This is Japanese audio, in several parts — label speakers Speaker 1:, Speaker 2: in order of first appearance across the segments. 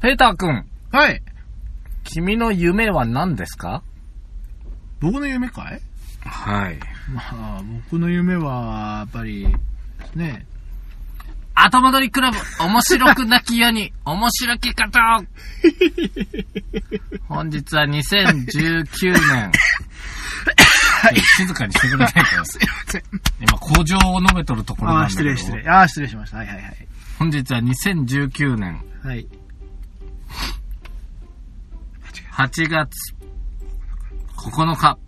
Speaker 1: ペーター君、
Speaker 2: はい。
Speaker 1: 君の夢は何ですか
Speaker 2: 僕の夢かい
Speaker 1: はい。
Speaker 2: まあ、僕の夢は、やっぱり、ね、
Speaker 1: 後戻りクラブ、面白くなきように、 面白き方を本日は2019年。 え静かにしてくれないかな
Speaker 2: いません。
Speaker 1: 今、工場を述べとるところ
Speaker 2: あ
Speaker 1: な
Speaker 2: あ、
Speaker 1: んだけ
Speaker 2: 失
Speaker 1: ど。
Speaker 2: 礼失礼。。ああ、失礼しました。はいはいはい。
Speaker 1: 本日は2019年
Speaker 2: はい。
Speaker 1: 8月9日、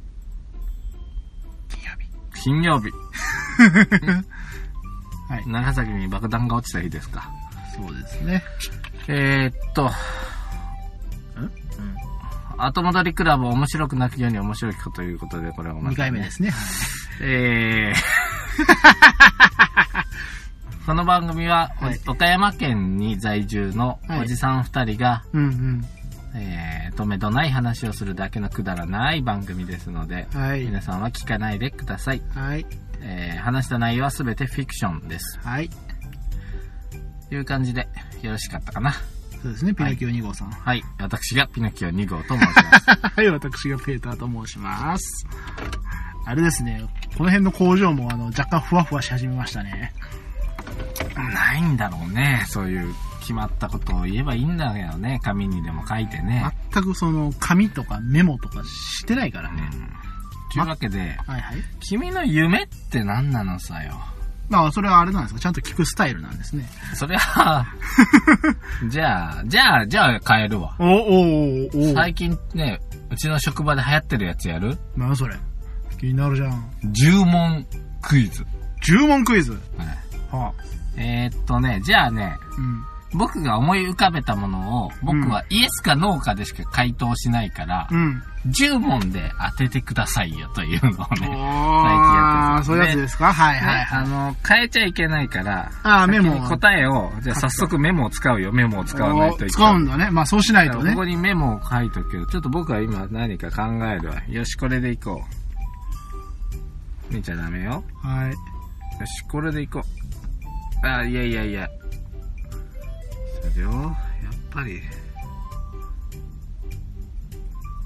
Speaker 2: 金
Speaker 1: 金
Speaker 2: 曜日。
Speaker 1: 曜日。
Speaker 2: はい
Speaker 1: 長崎に爆弾が落ちた日ですか。
Speaker 2: そうですね。
Speaker 1: えー、っと、後戻りクラブ面白くなくように面白いことということで、これはお
Speaker 2: 2回目ですね。はい
Speaker 1: えー、 この番組は、おじ
Speaker 2: はい
Speaker 1: 岡山県に在住の
Speaker 2: はい
Speaker 1: おじさん二人が、
Speaker 2: うん
Speaker 1: えー、とめどない話をするだけのくだらない番組ですので、
Speaker 2: うん。はい。
Speaker 1: 皆さんは聞かないでください。
Speaker 2: はい。
Speaker 1: えー、話した内容はすべてフィクションです。
Speaker 2: はい。
Speaker 1: という感じで、よろしかったかな。
Speaker 2: そうですね、ピノキオ2号さん。
Speaker 1: はい、私がピノキオ2号と申します。
Speaker 2: はい、私がペーターと申します。あれですね、この辺の工場もあの若干ふわふわし始めましたね。
Speaker 1: ないんだろうね。そういう決まったことを言えばいいんだけどね。紙にでも書いてね。
Speaker 2: 全くその紙とかメモとかしてないから
Speaker 1: うん
Speaker 2: ね。
Speaker 1: というわけで、
Speaker 2: はいはい。
Speaker 1: 君の夢って何なのさよ。
Speaker 2: まあ、それはあれなんですかちゃんと聞くスタイルなんですね。
Speaker 1: そり ゃ、じゃあ、じゃあ、じゃあ変えるわ。
Speaker 2: おおおお
Speaker 1: 最近ね、うちの職場で流行ってるやつやる
Speaker 2: なんそれ気になるじゃん。
Speaker 1: 10問クイズ。
Speaker 2: 10問クイズ。
Speaker 1: はい
Speaker 2: はあ。
Speaker 1: えー、っとね、じゃあね、
Speaker 2: うん。
Speaker 1: 僕が思い浮かべたものを、僕はイエスかノーかでしか回答しないから、
Speaker 2: うん。
Speaker 1: 10問で当ててくださいよというのをね。
Speaker 2: ああ、
Speaker 1: 最
Speaker 2: そ
Speaker 1: 近
Speaker 2: ういう
Speaker 1: やってる
Speaker 2: やつですかはいはい
Speaker 1: ね、
Speaker 2: はい。
Speaker 1: あの、変えちゃいけないから、
Speaker 2: ああ、メモ
Speaker 1: 先に。答えを、じゃあ早速メモを使うよ、メモを使わないといけ
Speaker 2: 使
Speaker 1: な
Speaker 2: う
Speaker 1: い。
Speaker 2: んだね。まあ、そうしない
Speaker 1: だか
Speaker 2: と
Speaker 1: ら
Speaker 2: ね
Speaker 1: こ。こにメモを書いとくけど、ちょっと僕は今何か考えるわ。よし、これでいこう。見ちゃダメよ。
Speaker 2: はい。
Speaker 1: よし、これでいこう。あ、いやいやいや。それを、やっぱり。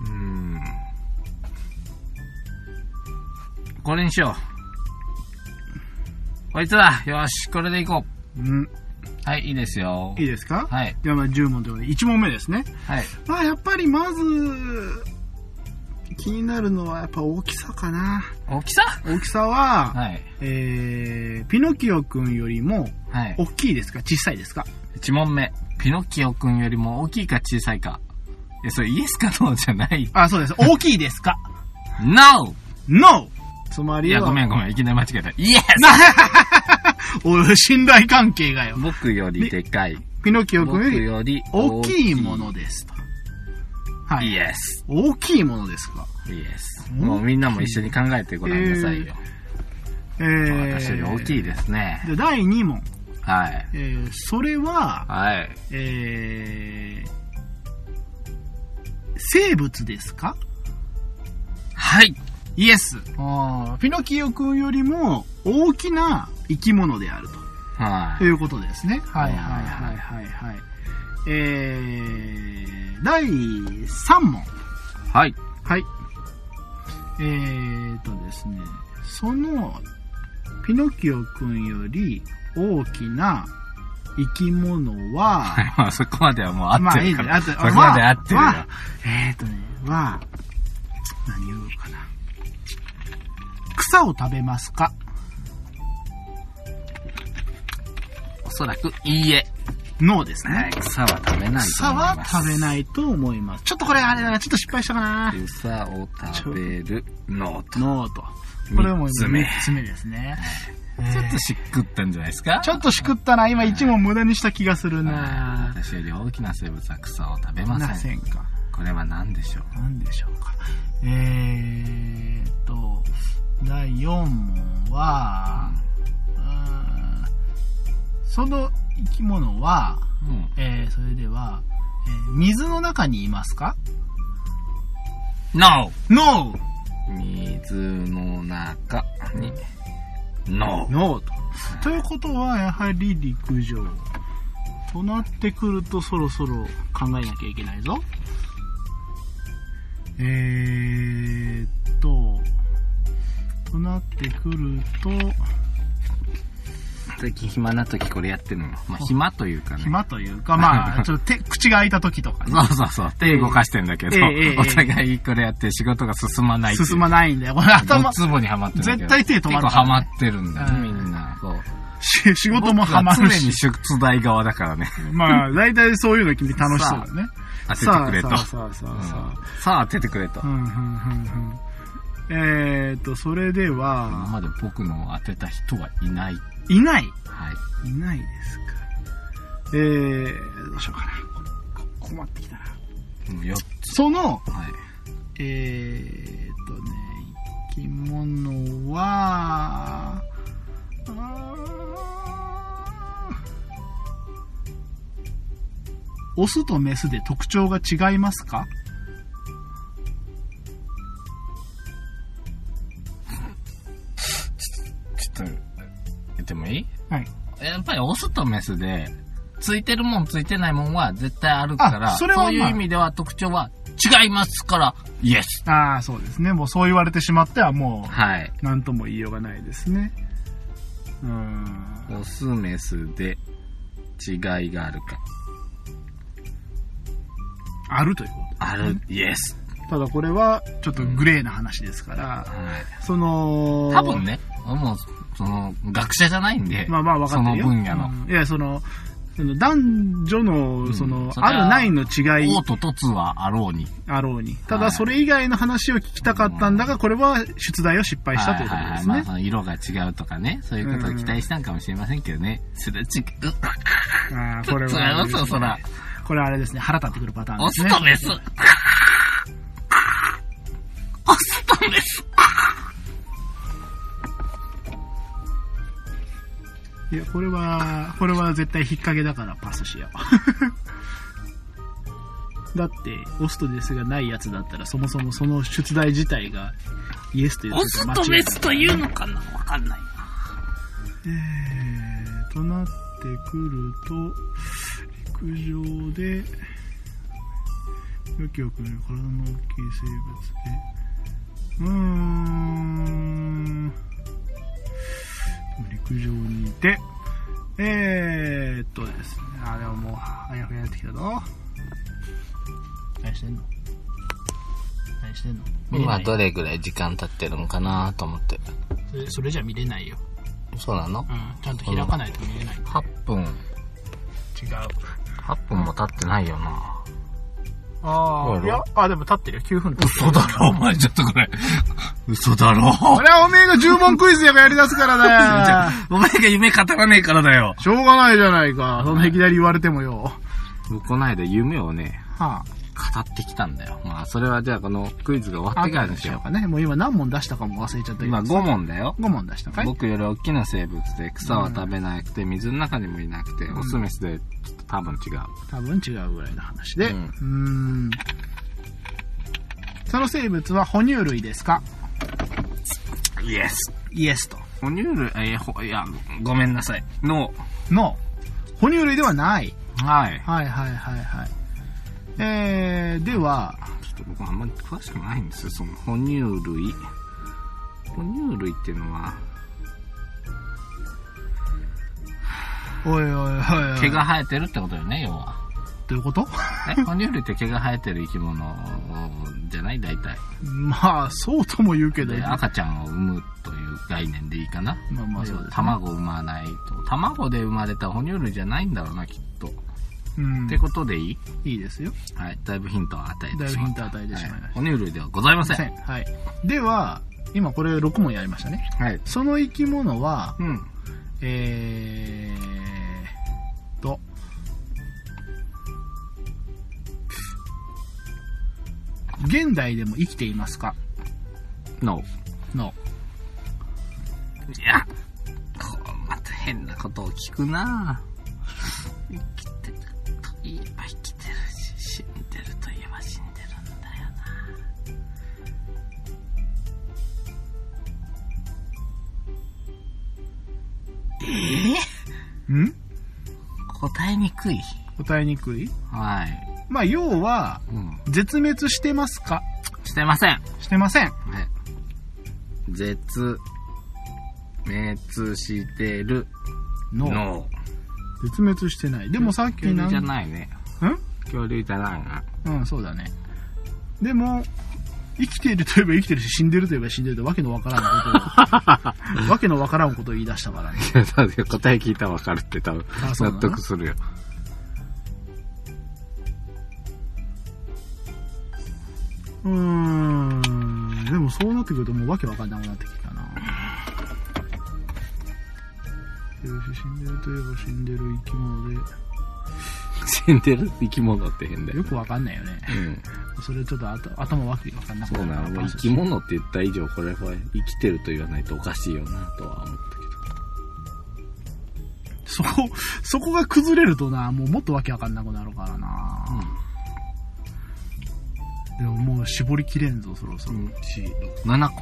Speaker 1: うーん。これにしよう。こいつだよし、これでいこう。
Speaker 2: うん。
Speaker 1: はい、いいですよ。
Speaker 2: いいですか
Speaker 1: はい、
Speaker 2: じゃあまあ10問ということで、1問目ですね。
Speaker 1: はい。
Speaker 2: まあやっぱりまず、気になるのはやっぱ大きさかな。
Speaker 1: 大きさ
Speaker 2: 大きさは、
Speaker 1: はい。
Speaker 2: えー、ピノキオくんよりも
Speaker 1: はい。
Speaker 2: 大きいですか小さいですか
Speaker 1: 1問目。ピノキオくんよりも大きいか小さいか。え、それイエスかノーじゃない。
Speaker 2: あ、そうです。大きいですか
Speaker 1: NO!
Speaker 2: ?NO! つま
Speaker 1: い
Speaker 2: りは、
Speaker 1: や、ごめんごめん。いきなり間違えた。イエス
Speaker 2: おい信頼関係がよ。
Speaker 1: 僕よりでかい。
Speaker 2: ピノキオく
Speaker 1: 僕
Speaker 2: んより
Speaker 1: より
Speaker 2: 大きいも。のですと。はい。
Speaker 1: イエス。
Speaker 2: 大きいものですか
Speaker 1: イエス。
Speaker 2: ん
Speaker 1: もうみんなも一緒に考えてごらんなさいよ。
Speaker 2: え
Speaker 1: 私より大き
Speaker 2: い。
Speaker 1: いですね。
Speaker 2: で、第2問。
Speaker 1: はい。
Speaker 2: えー、それは、
Speaker 1: はい。
Speaker 2: えー、生物ですか
Speaker 1: はい。イエス。
Speaker 2: ああ、ピノキオ君よりも大きな生き物であると
Speaker 1: は
Speaker 2: ということですね。はいいはいはいはいはい。えー、第3問。
Speaker 1: い。はい。
Speaker 2: はい。えーとですね、その、ピノキオ君より大きな生き物は、
Speaker 1: はい。まあそこまではもう合
Speaker 2: ま
Speaker 1: って
Speaker 2: あいい
Speaker 1: る
Speaker 2: ね
Speaker 1: か、
Speaker 2: 合
Speaker 1: ら。
Speaker 2: ってる。
Speaker 1: そこまで合ってるよ。
Speaker 2: まあえっ、ー、とね、は、何言おうかな。草を食べますか
Speaker 1: おそらく、いいえ。
Speaker 2: ノーですね。
Speaker 1: はい。草は食べないと
Speaker 2: 草
Speaker 1: 思い
Speaker 2: は
Speaker 1: ます。
Speaker 2: 食べないと思います。ちょっとこれあれだな、ちょっと失敗したかな。
Speaker 1: 草を食べるノート。
Speaker 2: ノーと。これはもう
Speaker 1: 三つ目
Speaker 2: 三つ目ですね。
Speaker 1: ちょっとしっくったんじゃないですか
Speaker 2: ちょっとしくったな、今一問無駄にした気がする
Speaker 1: はい
Speaker 2: な。
Speaker 1: 私より大きな生物は草を食べま
Speaker 2: な
Speaker 1: せん。
Speaker 2: せんか。
Speaker 1: これは何でしょう
Speaker 2: なんでしょうか。えーっと、第4問は、うーんその生き物は、
Speaker 1: うん。
Speaker 2: えーそれでは、えー水の中にいますか
Speaker 1: NO!
Speaker 2: ?No!
Speaker 1: 水の中に、ノー。
Speaker 2: No! と。ということは、やはり陸上。となってくるとそろそろ考えなきゃいけないぞ。えーっと、となってくると、
Speaker 1: 最近暇な時これやってるの。まあ、暇というかね。
Speaker 2: 暇という か、まあ、ちょっと手、口が開いた時とかね。
Speaker 1: そうそうそう。手動かしてんだけど、
Speaker 2: ええええ
Speaker 1: お互いこれやって仕事が進まないっていう
Speaker 2: 進まないんだよ。これ
Speaker 1: ド
Speaker 2: 頭、
Speaker 1: ツボにはまってるんだけど。
Speaker 2: 絶対手止まる
Speaker 1: 結構はまってるんだよね、
Speaker 2: う
Speaker 1: み
Speaker 2: ん
Speaker 1: んな。そう。
Speaker 2: し仕事もハマ
Speaker 1: 僕は
Speaker 2: る
Speaker 1: 常に
Speaker 2: し。
Speaker 1: 出題側だからね。
Speaker 2: まあ、大体そういうの君楽しそうだね。
Speaker 1: 当ててくれと。
Speaker 2: そうそうそうそう。
Speaker 1: うんさあ、当ててくれと
Speaker 2: う。んうんうんうんえーっと、それで
Speaker 1: 今
Speaker 2: は、
Speaker 1: まで僕のを当てた人はいない。
Speaker 2: いない。
Speaker 1: はい。
Speaker 2: いないですか。えー、どうしようかな。こ困ってきたな。
Speaker 1: うんよ
Speaker 2: その、
Speaker 1: はい。
Speaker 2: えー、っとね、生き物は、あーオスとメスで特徴が違いますか
Speaker 1: ちょっと、言ってもいい
Speaker 2: はい。
Speaker 1: やっぱりオスとメスで、ついてるもんついてないもんは絶対あるから、
Speaker 2: あそれはまあ
Speaker 1: ういう意味では特徴は違いますから、イエス。
Speaker 2: ああ、そうですね。もうそう言われてしまってはも
Speaker 1: はい。
Speaker 2: う、なんとも言いようがないですね。うーん。
Speaker 1: オス、メスで違いがあるか。
Speaker 2: あるということ。
Speaker 1: ある、イエス。
Speaker 2: ただこれは、ちょっとグレーな話ですから、
Speaker 1: はい。
Speaker 2: その、
Speaker 1: 多分ね、もう、その、学者じゃないんで、
Speaker 2: まあまあ分かってるよ。
Speaker 1: その分野の。
Speaker 2: うんいや、その、その男女の、
Speaker 1: ん
Speaker 2: その、
Speaker 1: それは
Speaker 2: あるないの違い
Speaker 1: オートとツはあろうに。
Speaker 2: あろうに。た
Speaker 1: は
Speaker 2: だ、
Speaker 1: い
Speaker 2: それ以外の話を聞きたかったんだが、これは出題を失敗したというこ
Speaker 1: は
Speaker 2: と
Speaker 1: は
Speaker 2: で
Speaker 1: は
Speaker 2: す
Speaker 1: まあ、
Speaker 2: ね
Speaker 1: そ。の色が違うとかね、そういうことを期待したんかもしれませんけどね。すれ違う。
Speaker 2: あー
Speaker 1: そ
Speaker 2: これ
Speaker 1: れ
Speaker 2: はあれ
Speaker 1: は
Speaker 2: です
Speaker 1: そ
Speaker 2: ね、
Speaker 1: う、そら。
Speaker 2: これはあれですね、腹立ってくるパターン
Speaker 1: オ
Speaker 2: です
Speaker 1: ス
Speaker 2: ね
Speaker 1: と。メス。オスとメス。
Speaker 2: いや、これは、これは絶対引っ掛けだからパスしよう。だ って、オスとデスがないやつだったら、そもそもその出題自体が、イエスというこ
Speaker 1: オ
Speaker 2: と
Speaker 1: ス
Speaker 2: は間違
Speaker 1: と
Speaker 2: いない
Speaker 1: メスというのかなわかんないな。
Speaker 2: えー、となってくると陸上でよきよくね体の大きい生物でうーん陸上にいてえー、っとですねあれはもうあやふやになってきたぞ何してんの何してんの見れない
Speaker 1: れぐらい時間経ってるのかなと思って。
Speaker 2: それそれじゃ見れないよ、
Speaker 1: そうなの
Speaker 2: うん、ちゃんと開かないと見れない違
Speaker 1: ?8 分、
Speaker 2: う
Speaker 1: 8分も経ってないよな。
Speaker 2: あ
Speaker 1: どうやろ
Speaker 2: あ、
Speaker 1: う
Speaker 2: いや、あ、でも立ってるよ、9分経ってる
Speaker 1: 嘘だろ、お前ちょっとこれ。嘘だろ。
Speaker 2: それはおめえが10問クイズやかやり出すからだよ。
Speaker 1: お前が夢語らねえからだよ。
Speaker 2: しょうがないじゃないか。そんないきなり言われてもよ。は
Speaker 1: この間夢をね、
Speaker 2: あ。
Speaker 1: 語ってきたんだよ。まあ、それはじゃあこのクイズが終わってからにしよ
Speaker 2: かね。もう今何問出したかも忘れちゃったけど。
Speaker 1: う。今5問だよ。
Speaker 2: 5問出したかい
Speaker 1: 僕より大きな生物で草は食べなくて水の中にもいなくて、
Speaker 2: ん
Speaker 1: オスメスでちょっと多分違う。
Speaker 2: 多分違うぐらいの話で。
Speaker 1: う
Speaker 2: う
Speaker 1: ん
Speaker 2: ーん。その生物は哺乳類ですか
Speaker 1: イエス。
Speaker 2: イエスと。
Speaker 1: 哺乳類、えーほ、いや、ごめんなさい。の、
Speaker 2: の、哺乳類ではない。
Speaker 1: はい。
Speaker 2: はいはいはいはい。えー、では、
Speaker 1: ちょっと僕あんまり詳しくないんですよ。その哺乳類。哺乳類っていうのは、
Speaker 2: おいおいおいおい。
Speaker 1: 毛が生えてるってことよね、要 は。
Speaker 2: どういうこと
Speaker 1: え、哺乳類って毛が生えてる生き物じゃない大体。
Speaker 2: まあ、そうとも言うけど、
Speaker 1: で、赤ちゃんを産むという概念でいいかな。
Speaker 2: まあまあそうです、ね。
Speaker 1: 卵を産まないと。卵で生まれた哺乳類じゃないんだろうな、きっと。
Speaker 2: うん
Speaker 1: って。ことでいい
Speaker 2: いいですよ。
Speaker 1: はい、だいぶヒントを与え
Speaker 2: だ
Speaker 1: て
Speaker 2: い
Speaker 1: し
Speaker 2: ぶ
Speaker 1: まっ
Speaker 2: ヒン
Speaker 1: た。
Speaker 2: ト与えてしまいまし
Speaker 1: 哺乳類ではございませ
Speaker 2: た。
Speaker 1: ん。
Speaker 2: はい。では、今これ6問やりましたね。
Speaker 1: はい。
Speaker 2: その生き物は、
Speaker 1: うん。
Speaker 2: えーっと、現代でも生きていますか
Speaker 1: の。
Speaker 2: の。
Speaker 1: いや、こう、また変なことを聞くなぁ生きてるといえば生きてるし、死んでるといえば死んでるんだよな
Speaker 2: うん
Speaker 1: 答えにくい。
Speaker 2: 答えにくい
Speaker 1: はい。
Speaker 2: まあ、要は、
Speaker 1: うん。
Speaker 2: 絶滅してますか
Speaker 1: してません。は
Speaker 2: してません。
Speaker 1: い。絶、滅してる
Speaker 2: の、
Speaker 1: の。
Speaker 2: 絶滅してない。でもさっき
Speaker 1: 恐
Speaker 2: な
Speaker 1: 竜
Speaker 2: ん
Speaker 1: じゃないね。
Speaker 2: ん
Speaker 1: 恐竜じゃない な。
Speaker 2: うん、そうだね。でも、生きているといえば生きてるし、死んでるといえば死んでると、わけのわからんこと を、わけのわからんことを言い出したからね。
Speaker 1: いやだって答え聞いたらわかるって多分
Speaker 2: あ、そう
Speaker 1: 納
Speaker 2: なの
Speaker 1: 得するよ。
Speaker 2: うーん、でもそうなってくるともうわけわかんなくなってきたな。生きてるし、死んでるといえば死んでる生き物で、
Speaker 1: 死んでる生き物って変だよ
Speaker 2: よ。くわかんないよね。
Speaker 1: うん。
Speaker 2: それちょっとあと頭わけわかんなく
Speaker 1: そうなの。もう生き物って言った以上、これは生きてると言わないとおかしいよな、とは思ったけど。
Speaker 2: そこ、そこが崩れるとな、もうもっとわけわかんなくなるからな。でももう絞りきれんぞ、そろそろ。
Speaker 1: うん
Speaker 2: 4、
Speaker 1: 7個。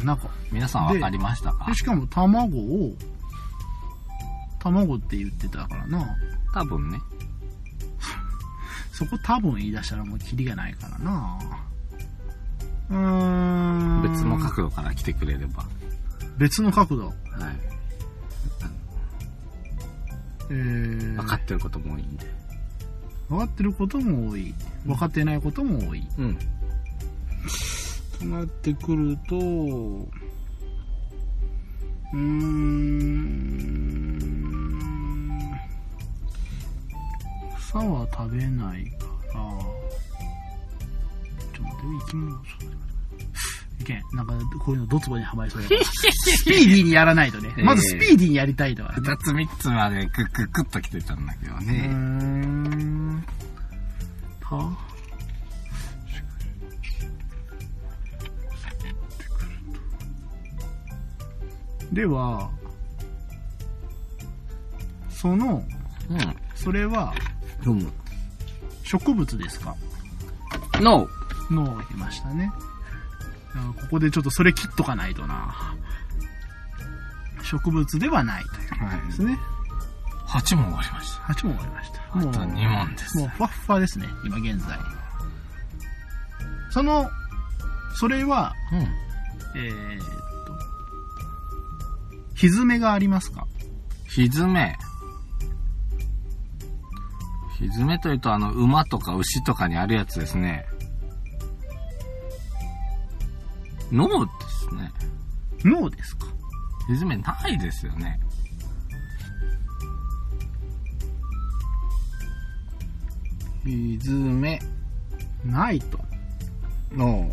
Speaker 2: 6、7個。
Speaker 1: 皆さんわかりましたか
Speaker 2: でしかも卵を卵って言ってたからな
Speaker 1: 多分ね。
Speaker 2: そこ多分言い出したらもうキリがないからなうーん
Speaker 1: 別の角度から来てくれれば。
Speaker 2: 別の角度
Speaker 1: はい。
Speaker 2: えー、
Speaker 1: 分かってることも多いんで。
Speaker 2: 分かってることも多い分かってないことも多い
Speaker 1: うん。
Speaker 2: となってくるとうーん草は食べないからちょっと待って生き物そういけんなんかこういうのドツボにはまりそうだから スピーディーにやらないとね、
Speaker 1: ええ
Speaker 2: まずスピーディーにやりたいとはね
Speaker 1: 二つ三つまでクックックッと来てたんだけど
Speaker 2: うー
Speaker 1: ね。
Speaker 2: んはではその
Speaker 1: うん。
Speaker 2: それは
Speaker 1: 読む。
Speaker 2: 植物ですか
Speaker 1: の、
Speaker 2: のいましたねだからここでちょっとそれ切っとかないとな植物ではないということですね、
Speaker 1: 8問終わりました。
Speaker 2: 8問終わりました
Speaker 1: あと2問です。
Speaker 2: もうふわっふわですね、今現在。その、それは、
Speaker 1: うん。
Speaker 2: えーっと、ひずめがありますか
Speaker 1: ひずめ。ひずめというと、あの、馬とか牛とかにあるやつですね。脳ですね。
Speaker 2: 脳ですか
Speaker 1: ひずめないですよね。ひずめ、
Speaker 2: ないと。
Speaker 1: 脳。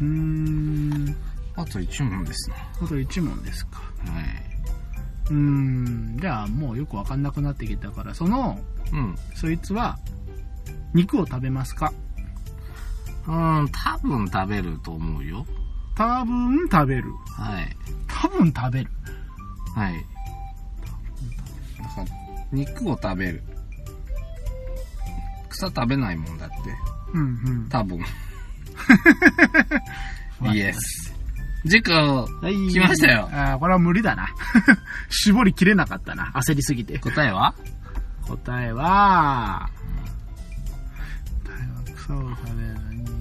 Speaker 2: うーん、
Speaker 1: あと1問ですな。は
Speaker 2: あと1問ですか。
Speaker 1: い。
Speaker 2: うーん、じゃあもうよくわかんなくなってきたから、その、
Speaker 1: うん。
Speaker 2: そいつは、肉を食べますか
Speaker 1: うん、多分食べると思うよ。
Speaker 2: 多分食べる。
Speaker 1: はい。
Speaker 2: 多分食べる。
Speaker 1: はい。だから、肉を食べる。草食べないもんだって。
Speaker 2: うんうん。
Speaker 1: 多 分。
Speaker 2: わかりました
Speaker 1: イエス。事故。
Speaker 2: はい。
Speaker 1: 来ましたよ
Speaker 2: あーこれは無理だな。 絞りきれなかったな。焦りすぎて。
Speaker 1: 答えは
Speaker 2: 答えは、答えは草を食べる何を食べて。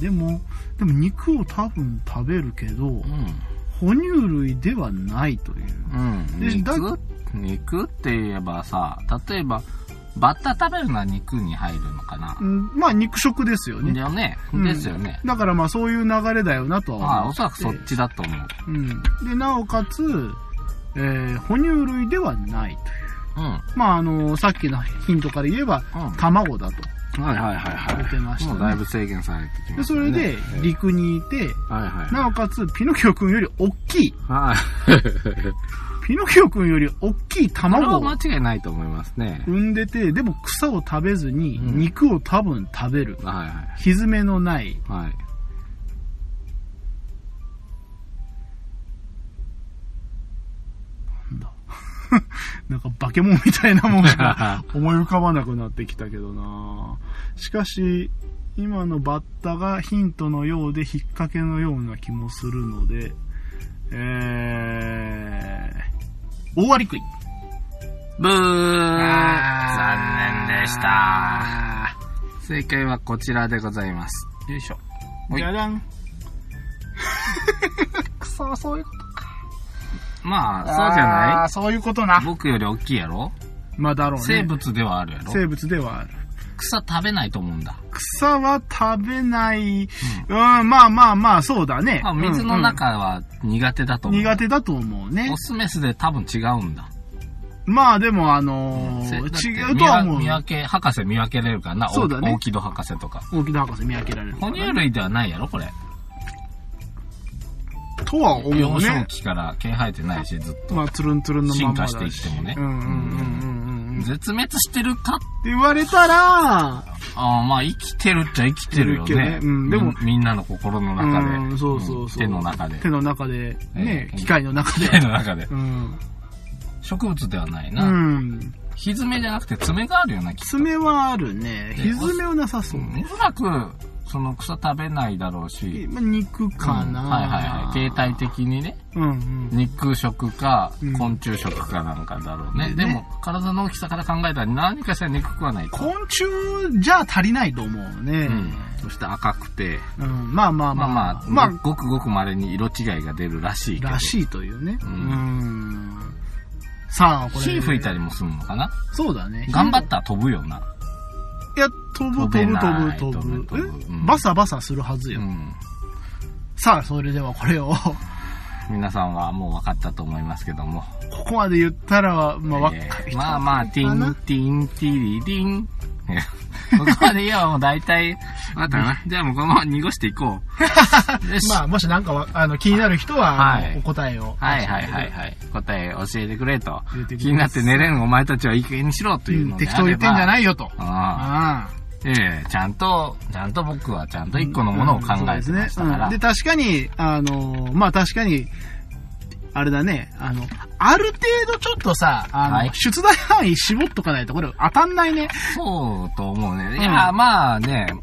Speaker 2: でも、でも肉を多分食べるけど
Speaker 1: う、ん。
Speaker 2: 哺乳類ではないという。
Speaker 1: うん。
Speaker 2: でだ
Speaker 1: 肉肉って言えばさ、例えば、バッタ食べるのは肉に入るのかな
Speaker 2: う。ん、まあ肉食ですよ
Speaker 1: だ
Speaker 2: ね。
Speaker 1: よね。
Speaker 2: うん
Speaker 1: ですよね。
Speaker 2: だからまあそういう流れだよなとは思
Speaker 1: まあ、
Speaker 2: う
Speaker 1: おそらくそっちだと思う。
Speaker 2: うん。で、なおかつ、えー哺乳類ではないという。
Speaker 1: うん。
Speaker 2: まああのさっきのヒントから言えば、
Speaker 1: うん
Speaker 2: 卵だと。
Speaker 1: はいはいはい
Speaker 2: 言ってましたね
Speaker 1: もうだいぶ制限されてき
Speaker 2: で
Speaker 1: まし
Speaker 2: そ
Speaker 1: たね。
Speaker 2: れで
Speaker 1: ええ
Speaker 2: 陸にいて、
Speaker 1: はいはい。
Speaker 2: なおかつピノキオ君より大きい
Speaker 1: はい。
Speaker 2: ピノキオ君より大きい
Speaker 1: これは
Speaker 2: 卵
Speaker 1: 間
Speaker 2: を
Speaker 1: 違いないと思いますね。
Speaker 2: 産んでて、でも草を食べずに
Speaker 1: うん
Speaker 2: 肉を多分食べる。
Speaker 1: はい
Speaker 2: ひずめのない。
Speaker 1: はい。はい。
Speaker 2: なんだなんか化け物みたいなも んが思い浮かばなくなってきたけどなしかし、今のバッタがヒントのようで引っ掛けのような気もするので、えー、大割り食い。
Speaker 1: ブー
Speaker 2: あー
Speaker 1: 残念でした。正解はこちらでございます。よいしょ。はい
Speaker 2: じゃじ ゃん。くそ、そういうことか。
Speaker 1: まあ、そうじゃ
Speaker 2: あ
Speaker 1: な。
Speaker 2: ーそういうことない
Speaker 1: 僕より大きいやろ
Speaker 2: まあだろうね。
Speaker 1: 生物ではあるやろ
Speaker 2: 生物ではある。
Speaker 1: 草食べないと思うんだ。
Speaker 2: 草は食べない。うん、まあまあまあ、そうだね。
Speaker 1: まあ、水の中は苦手だと
Speaker 2: うんう
Speaker 1: 思
Speaker 2: ん
Speaker 1: う。
Speaker 2: 苦手だと思うね
Speaker 1: オ。スメスで多分違うんだ。
Speaker 2: まあでも、あの
Speaker 1: せ
Speaker 2: ー
Speaker 1: だって
Speaker 2: 違うとは思う
Speaker 1: 見。分け、博士見分けれるからな。
Speaker 2: そうだね
Speaker 1: お大木戸博士とか。
Speaker 2: 大木戸博士見分けられる
Speaker 1: 哺
Speaker 2: から
Speaker 1: 乳類ではないやろこれ。
Speaker 2: とは思
Speaker 1: 幼
Speaker 2: う
Speaker 1: 少
Speaker 2: ね。
Speaker 1: 期から毛生えてないし、ずっと。
Speaker 2: まあ、つるんつるんのまんまだし。
Speaker 1: 進化していってもね
Speaker 2: うんうんうんうんうん。って
Speaker 1: 絶滅してるか
Speaker 2: 言われたら、
Speaker 1: ああ、まあ生きてるっちゃ生きてるよ
Speaker 2: いるけどね
Speaker 1: ね。
Speaker 2: うんでも
Speaker 1: み、みんなの心の中で。
Speaker 2: うんそうそうそう。
Speaker 1: ん手の中で。
Speaker 2: 手の中で、ね
Speaker 1: え、え
Speaker 2: 機械の中で。
Speaker 1: 手の中で。
Speaker 2: うん。
Speaker 1: 植物ではないうな。
Speaker 2: ん。
Speaker 1: ひずめじゃなくて爪があるよな、きっと。
Speaker 2: 爪はあるね。
Speaker 1: で
Speaker 2: ひずめはなさそうね。
Speaker 1: おそらく、その草食べないだろうし。
Speaker 2: まあ肉かな、
Speaker 1: うんはいはいはい。形態。的にね。
Speaker 2: うんうん。
Speaker 1: 肉食か
Speaker 2: うん、
Speaker 1: 昆虫食かなんかだろうね。
Speaker 2: ね
Speaker 1: でも、体の大きさから考えたら何かしら肉食わないと。
Speaker 2: 昆虫じゃ足りないと思うね
Speaker 1: う。ん。そして赤くて。
Speaker 2: うん。まあまあま
Speaker 1: ま
Speaker 2: あ
Speaker 1: あ。まあ、
Speaker 2: まあ、
Speaker 1: ごくごく稀に色違いが出るらしいけど。
Speaker 2: らしいというね。うんん。さあ、これ。
Speaker 1: 火吹いたりもするのかな
Speaker 2: そうだね。
Speaker 1: 頑張ったら飛ぶよな。
Speaker 2: いや、飛ぶ飛
Speaker 1: 飛べ
Speaker 2: ぶ
Speaker 1: ない
Speaker 2: 飛ぶ飛ぶ。
Speaker 1: 飛ぶ飛ぶう
Speaker 2: え
Speaker 1: ん
Speaker 2: バサバサするはず
Speaker 1: う
Speaker 2: よ。
Speaker 1: ん。
Speaker 2: さあ、それではこれを、 こ
Speaker 1: 皆さんはもう分かったと思いますけども。
Speaker 2: こまで言ったら、まあ、わっ
Speaker 1: え
Speaker 2: かる
Speaker 1: ー
Speaker 2: 人
Speaker 1: まあまあ、ティ
Speaker 2: か
Speaker 1: ン
Speaker 2: な、
Speaker 1: ティン、ティリリン。 ここまで言えばもう大体、わかったな。じゃあもうこのまま濁してい こう。よし。
Speaker 2: まあ、もしなんかわあの気になる人は、あの
Speaker 1: はい
Speaker 2: お答えを。
Speaker 1: はいはいはいはい。答え教えてくれと
Speaker 2: 言って。くれます
Speaker 1: 気になって寝れんお前たちはいい加減にしろという
Speaker 2: う
Speaker 1: の
Speaker 2: ん
Speaker 1: で
Speaker 2: 適当言ってんじゃないいよと。
Speaker 1: ああ。
Speaker 2: あ
Speaker 1: ええ、ちゃんと、ちゃんと僕はちゃんと
Speaker 2: あ
Speaker 1: 一個のものを考えてましたか
Speaker 2: うん
Speaker 1: ら
Speaker 2: で、。確かに、あの、まあ確かに、あれだね、あの、ある程度ちょっとさ、あの、
Speaker 1: はい
Speaker 2: 出題範囲絞っとかないと、これ当たんないね。
Speaker 1: そうと思うね。
Speaker 2: ん
Speaker 1: いや、まあね、う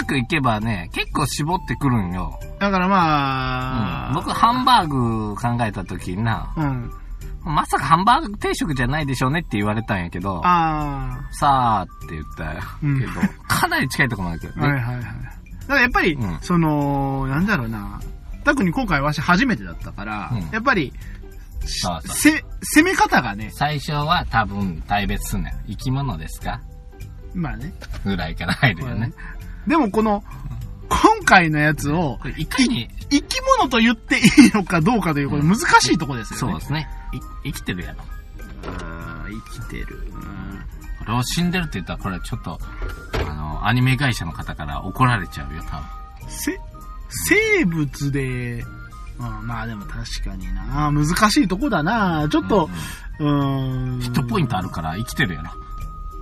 Speaker 1: まくいけばね、結構絞ってくるんよ。
Speaker 2: だから
Speaker 1: うん、
Speaker 2: ま
Speaker 1: 僕、
Speaker 2: あ、
Speaker 1: ハンバーグ考えた時にな、
Speaker 2: うん。
Speaker 1: まさかハンバーグ定食じゃないでしょうねって言われたんやけど、
Speaker 2: あ
Speaker 1: さあって言った
Speaker 2: うん
Speaker 1: けど、かなり近いところまで来る
Speaker 2: あ、はい
Speaker 1: ね。
Speaker 2: はいはい。だからやっぱり、
Speaker 1: うん
Speaker 2: その、なんだろうな、特に今回わし初めてだったから、
Speaker 1: うん
Speaker 2: やっぱり、
Speaker 1: そうそう
Speaker 2: せ、攻め方がね、
Speaker 1: 最初は多分、大別すんねん。生き物ですか
Speaker 2: まあね、
Speaker 1: ぐらいから入るよね。
Speaker 2: でもこの、今回のやつを、
Speaker 1: いかに、
Speaker 2: 生き物と言っていいのかどうかという、これ難しいとこです
Speaker 1: そ
Speaker 2: よ
Speaker 1: う
Speaker 2: ね
Speaker 1: で。すね。い生きてるやろ。
Speaker 2: あー生きてる。
Speaker 1: これを死んでるって言ったら、これちょっと、あの、アニメ会社の方から怒られちゃうよ、多分。
Speaker 2: せ、生物で、うん、まあでも確かにな難しいとこだなちょっと、うーん。
Speaker 1: ヒットポイントあるから生きてるやろ。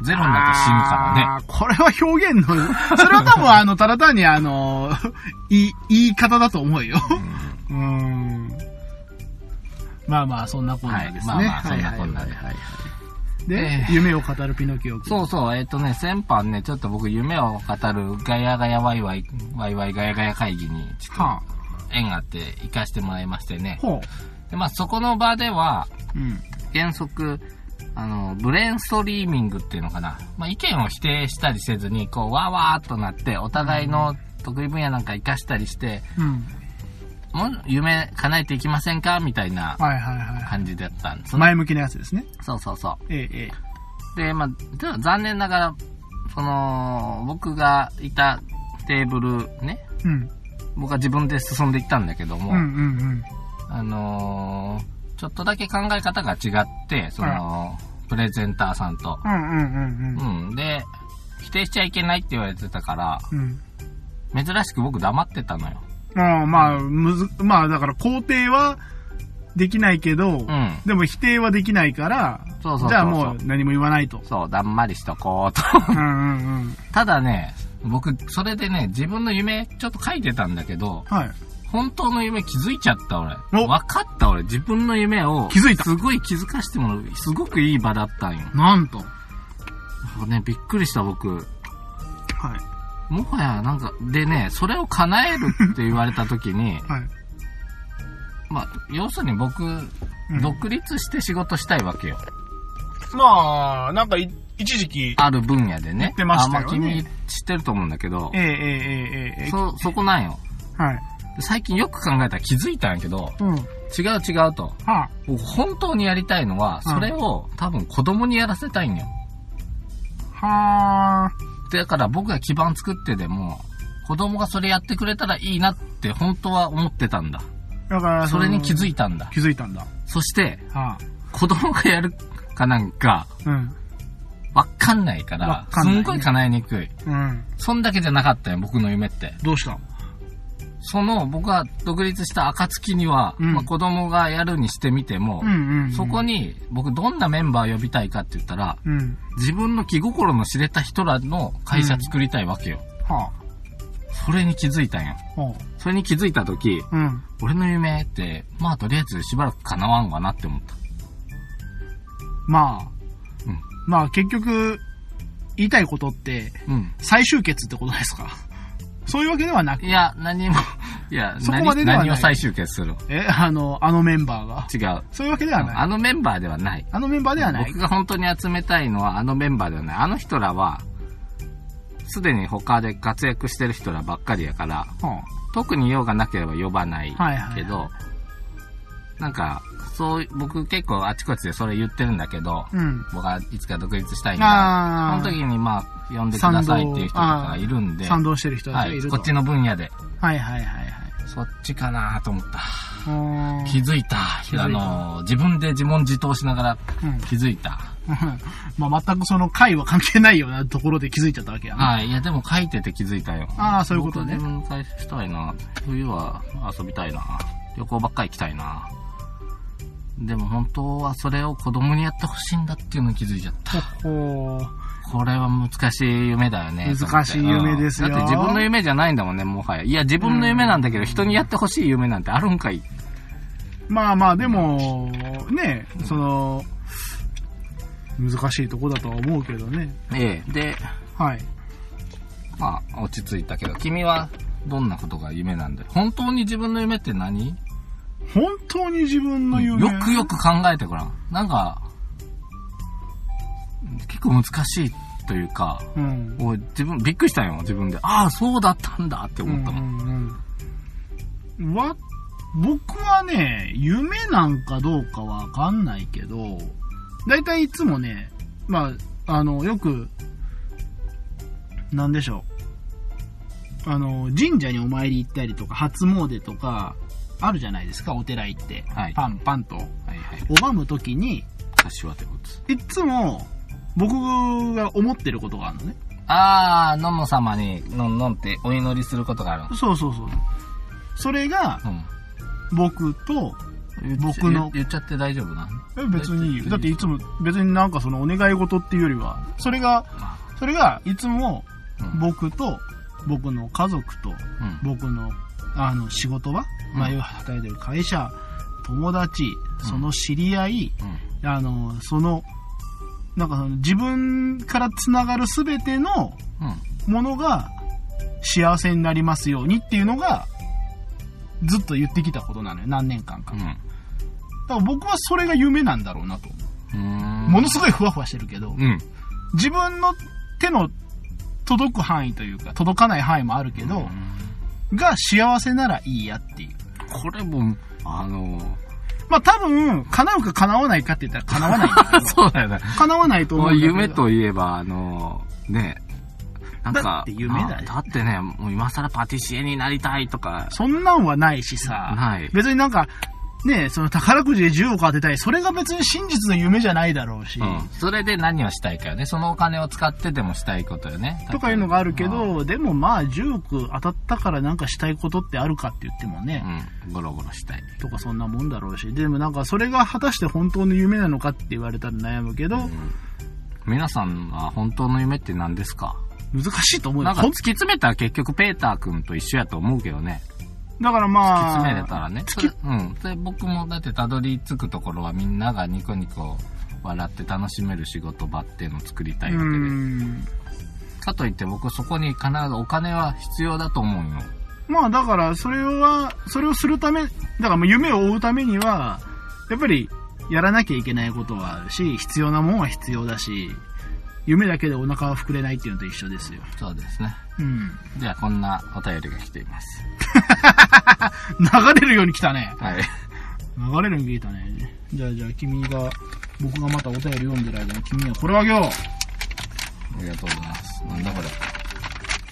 Speaker 1: ゼロになったら死ぬから
Speaker 2: あーこれは表現の、 それは多分あの、ただ単にあの、い、言い方だと思うよ。うーん。まあまあ、そんなこんなですね。
Speaker 1: はいまあまあそんなこんなで
Speaker 2: はいはいはい
Speaker 1: え
Speaker 2: で、
Speaker 1: え
Speaker 2: 夢を語るピノキオ
Speaker 1: ね。
Speaker 2: 君。
Speaker 1: そうそう、えっ、とね、先般ね、ちょっと僕夢を語るガヤガヤワイワイ、ワイワイガヤガヤ会議に、ちょ
Speaker 2: は
Speaker 1: っと縁があって行かしてもらいましてね
Speaker 2: あ。。ほ
Speaker 1: で、まあそこの場では、
Speaker 2: う。うん。
Speaker 1: 原則、あの、ブレインストリーミングっていうのかな。まあ意見を否定したりせずに、こう、わーわーっとなって、お互いの得意分野なんか活かしたりして、
Speaker 2: うん。
Speaker 1: もう夢叶えていきませんかみたいな
Speaker 2: はいはいは
Speaker 1: 感じだったんです
Speaker 2: い。
Speaker 1: ね。
Speaker 2: 前向きなやつですね。
Speaker 1: そうそうそう。
Speaker 2: ええ、ええ。
Speaker 1: で、まあ、ただ残念ながら、その、僕がいたテーブルね、
Speaker 2: うん。
Speaker 1: 僕は自分で進んでいったんだけども、
Speaker 2: うんうんうん。
Speaker 1: あのーちょっとだけ考え方が違って、その、プレゼンターさんと。
Speaker 2: うんうんうん
Speaker 1: うん。で、否定しちゃいけないって言われてたから、
Speaker 2: うん。うん。
Speaker 1: 珍しく僕黙ってたのよ。
Speaker 2: ああまあ、むず、まあだから肯定はできないけど、
Speaker 1: うん。
Speaker 2: でも否定はできないから、
Speaker 1: そうそうそうそう
Speaker 2: じゃあもう何も言わな いと。
Speaker 1: そう、だんまりしとこうと。
Speaker 2: うんうんうん。
Speaker 1: ただね、僕、それでね、自分の夢、ちょっと書いてたんだけど、
Speaker 2: はい。
Speaker 1: 本当の夢気づいちゃった俺。
Speaker 2: お
Speaker 1: 分かった俺。自分の夢を。
Speaker 2: 気づいた
Speaker 1: すごい気づかしてもらう。すごくいい場だったんよ。
Speaker 2: なんと。は
Speaker 1: ね、びっくりした僕。
Speaker 2: い。、
Speaker 1: もはやなんか、でね、それを叶えるって言われた時に
Speaker 2: はい。
Speaker 1: まあ、要するに僕、
Speaker 2: うん
Speaker 1: 独立して仕事したいわけよ。
Speaker 2: まあ、なんかい、一時期、
Speaker 1: ある分野でね。
Speaker 2: ってましたよね
Speaker 1: あんま君知ってると思うんだけど
Speaker 2: え、ええええええ
Speaker 1: そ、そこなんよ。
Speaker 2: えはい。
Speaker 1: 最近よく考えたら気づいたんやけど、
Speaker 2: うん。
Speaker 1: 違う違うと。
Speaker 2: は
Speaker 1: 僕本当にやりたいのは、
Speaker 2: うん
Speaker 1: それを多分子供にやらせたいんよ。
Speaker 2: あ、はあ、
Speaker 1: だから僕が基盤作ってでも、子供がそれやってくれたらいいなって本当は思ってたんだ。
Speaker 2: だから
Speaker 1: それに気づ
Speaker 2: い
Speaker 1: いたんだ。
Speaker 2: 気づいたんだ。
Speaker 1: そして、
Speaker 2: はあ、
Speaker 1: 子供がやるかなんか、
Speaker 2: うん。
Speaker 1: わかんないから、
Speaker 2: わか
Speaker 1: す
Speaker 2: んないね
Speaker 1: んごい叶えにくい。
Speaker 2: うん。
Speaker 1: そんだけじゃなかったよ、僕の夢って。
Speaker 2: どうした
Speaker 1: その、僕が独立した暁には、
Speaker 2: うん
Speaker 1: まあ、子供がやるにしてみても
Speaker 2: う、んうん、うん。
Speaker 1: そこ
Speaker 2: に、
Speaker 1: に僕どんなメンバー呼びたいかって言ったら、
Speaker 2: うん。
Speaker 1: 自分の気心の知れた人らの会社作りたいわけよ。
Speaker 2: は
Speaker 1: それに気づいたんや。
Speaker 2: あ、は
Speaker 1: それに気づいたとき、
Speaker 2: あ、うん。
Speaker 1: 俺の夢って、まあとりあえずしばらく叶わんわなって思った。
Speaker 2: まあ、
Speaker 1: うん
Speaker 2: まあ結局、言いたいことって、
Speaker 1: うん。
Speaker 2: 最終決ってことですか そういうわけではなく、
Speaker 1: いや、何も、いや、
Speaker 2: そこま
Speaker 1: 何
Speaker 2: でではない
Speaker 1: 何を最終決する
Speaker 2: え、 あの、あのメンバーが。
Speaker 1: 違う。
Speaker 2: そういうわけではない。
Speaker 1: あのメンバーではない。
Speaker 2: あのメンバーではない
Speaker 1: 僕。が本当に集めたいのはあのメンバーではない。あの人らは、すでに他で活躍してる人らばっかりやから、
Speaker 2: は
Speaker 1: 特に用がなければ呼ばない
Speaker 2: はいはい
Speaker 1: けど、なんか、そう、僕結構あちこちでそれ言ってるんだけど、
Speaker 2: あ、うん。
Speaker 1: 僕はいつか独立したいんだ。そ
Speaker 2: あ
Speaker 1: の時にまあ、呼んでくださいっていう人とかがいるん
Speaker 2: あ、
Speaker 1: で、
Speaker 2: 賛同してる人た
Speaker 1: は
Speaker 2: ちがい
Speaker 1: い、
Speaker 2: る
Speaker 1: こ
Speaker 2: と。
Speaker 1: っちの分野で、
Speaker 2: はいはいはい
Speaker 1: そっちかなと思った。
Speaker 2: はい。
Speaker 1: 気づいた。
Speaker 2: づいた
Speaker 1: あの、自分で自問自答しながら
Speaker 2: うん
Speaker 1: 気づいた。
Speaker 2: まあ全くその会は関係ないようなところで気づいちゃったわけやな。
Speaker 1: はい、いやでも書いてて気づいたよ。
Speaker 2: ああ、そういうことね
Speaker 1: 僕。自分の会社したいな。冬は遊びたいな。旅行ばっか行きたいな。でも本当はそれを子供にやってほしいんだっていうのに気づいちゃった。
Speaker 2: ほほ
Speaker 1: これは難しい夢だよね。
Speaker 2: 難しい夢ですよ
Speaker 1: だって自分の夢じゃないんだもんね、もはや。いや、自分の夢なんだけど、人にやってほしい夢なんてあるんかい。
Speaker 2: まあまあ、でも、ね、その、難しいとこだとは思うけどね。
Speaker 1: ええ。で、
Speaker 2: はい。
Speaker 1: まあ、落ち着いたけど、君はどんなことが夢なんだよ。本当に自分の夢って何
Speaker 2: 本当に自分の夢。
Speaker 1: よくよく考えてごらん。なんか、結構難しいというか、
Speaker 2: うん。
Speaker 1: 俺自分、びっくりしたよ、自分で。ああ、そうだったんだって
Speaker 2: うんう
Speaker 1: 思ったもん。
Speaker 2: んうん。わ、僕はね、夢なんかどうかわかんないけど、だいたいいつもね、まあ、あの、よく、なんでしょう。あの、神社にお参り行ったりとか、初詣とか、あるじゃないですか、お寺行って。
Speaker 1: はい
Speaker 2: パンパンと。
Speaker 1: はいはい。
Speaker 2: 拝むときに、
Speaker 1: 柏手骨。
Speaker 2: いつも、僕が思ってることがあるのね。
Speaker 1: ああ、のんの様に、のんのんってお祈りすることがあるの。
Speaker 2: そうそうそう。それが、僕と、
Speaker 1: うん。
Speaker 2: 僕の
Speaker 1: 言っちゃって大丈夫な
Speaker 2: え別に
Speaker 1: 別に
Speaker 2: だっていつも別になんかそのお願い事っていうよりはそれがそれがいつも
Speaker 1: うん
Speaker 2: 僕と僕の家族と
Speaker 1: うん。
Speaker 2: 僕のあの仕事場、
Speaker 1: うん
Speaker 2: まあ、要は働いてる会社友達その知り合い、
Speaker 1: うん。
Speaker 2: あのそのなんかその自分からつながる全ての
Speaker 1: うん。
Speaker 2: ものが幸せになりますようにっていうのがずっと言ってきたことなのよ何年間か、
Speaker 1: う
Speaker 2: だか
Speaker 1: ん。
Speaker 2: ら僕はそれが夢なんだろうなと
Speaker 1: うん。
Speaker 2: ものすごいふわふわしてるけど、
Speaker 1: うん。
Speaker 2: 自分の手の届く範囲というか、届かない範囲もあるけど、が幸せならいいやっていう。
Speaker 1: これも、あの
Speaker 2: まあ多分、叶うか叶わないかって言ったら 叶わないんだけど、
Speaker 1: そうだよね。
Speaker 2: 叶わないと思
Speaker 1: も
Speaker 2: う
Speaker 1: うん
Speaker 2: だけど。
Speaker 1: 夢といえば、あの、ね、なんか、
Speaker 2: だって夢だよ
Speaker 1: あだってね、もう今更パティシエになりたいとか、
Speaker 2: そんなんはないしさ、
Speaker 1: ない。
Speaker 2: 別になんか、ねその宝くじで10億当てたい、それが別に真実の夢じゃないだろうし、
Speaker 1: うん、それで何をしたいかよね。そのお金を使ってでもしたいことよね。
Speaker 2: とかいうのがあるけ
Speaker 1: うん、
Speaker 2: ど、でもまあ10億当たったからなんかしたいことってあるかって言ってもね、
Speaker 1: うん、ゴロゴロしたい。
Speaker 2: とかそんなもんだろうし、でもなんかそれが果たして本当の夢なのかって言われたら悩むけど、
Speaker 1: 皆さんは本当の夢って何ですか
Speaker 2: 難しいと思うよ。
Speaker 1: なんか突
Speaker 2: ほん
Speaker 1: き詰めたら結局ペーター君と一緒やと思うけどね。
Speaker 2: だから
Speaker 1: 突き
Speaker 2: まあ、
Speaker 1: 詰めれたらね。それうん。それ僕もだってたどり着くところはみんながニコニコ笑って楽しめる仕事場っていうのを作りたいわ
Speaker 2: う
Speaker 1: けで。
Speaker 2: ん。
Speaker 1: かといって僕そこに必ずお金は必要だと思うよ。
Speaker 2: まあだからそれは、それをするため、だからまあ夢を追うためには、やっぱりやらなきゃいけないことはあるし、必要なもんは必要だし、夢だけでお腹は膨れないっていうのと一緒ですよ。
Speaker 1: そうですね。
Speaker 2: うん。
Speaker 1: では、こんなお便りが来ています。
Speaker 2: 流れるように来たね。
Speaker 1: はい。
Speaker 2: 流れるように来たね。じゃあじゃあ君が、僕がまたお便り読んでる間に君はこれをあげよう
Speaker 1: ありがとうございます。なんだこ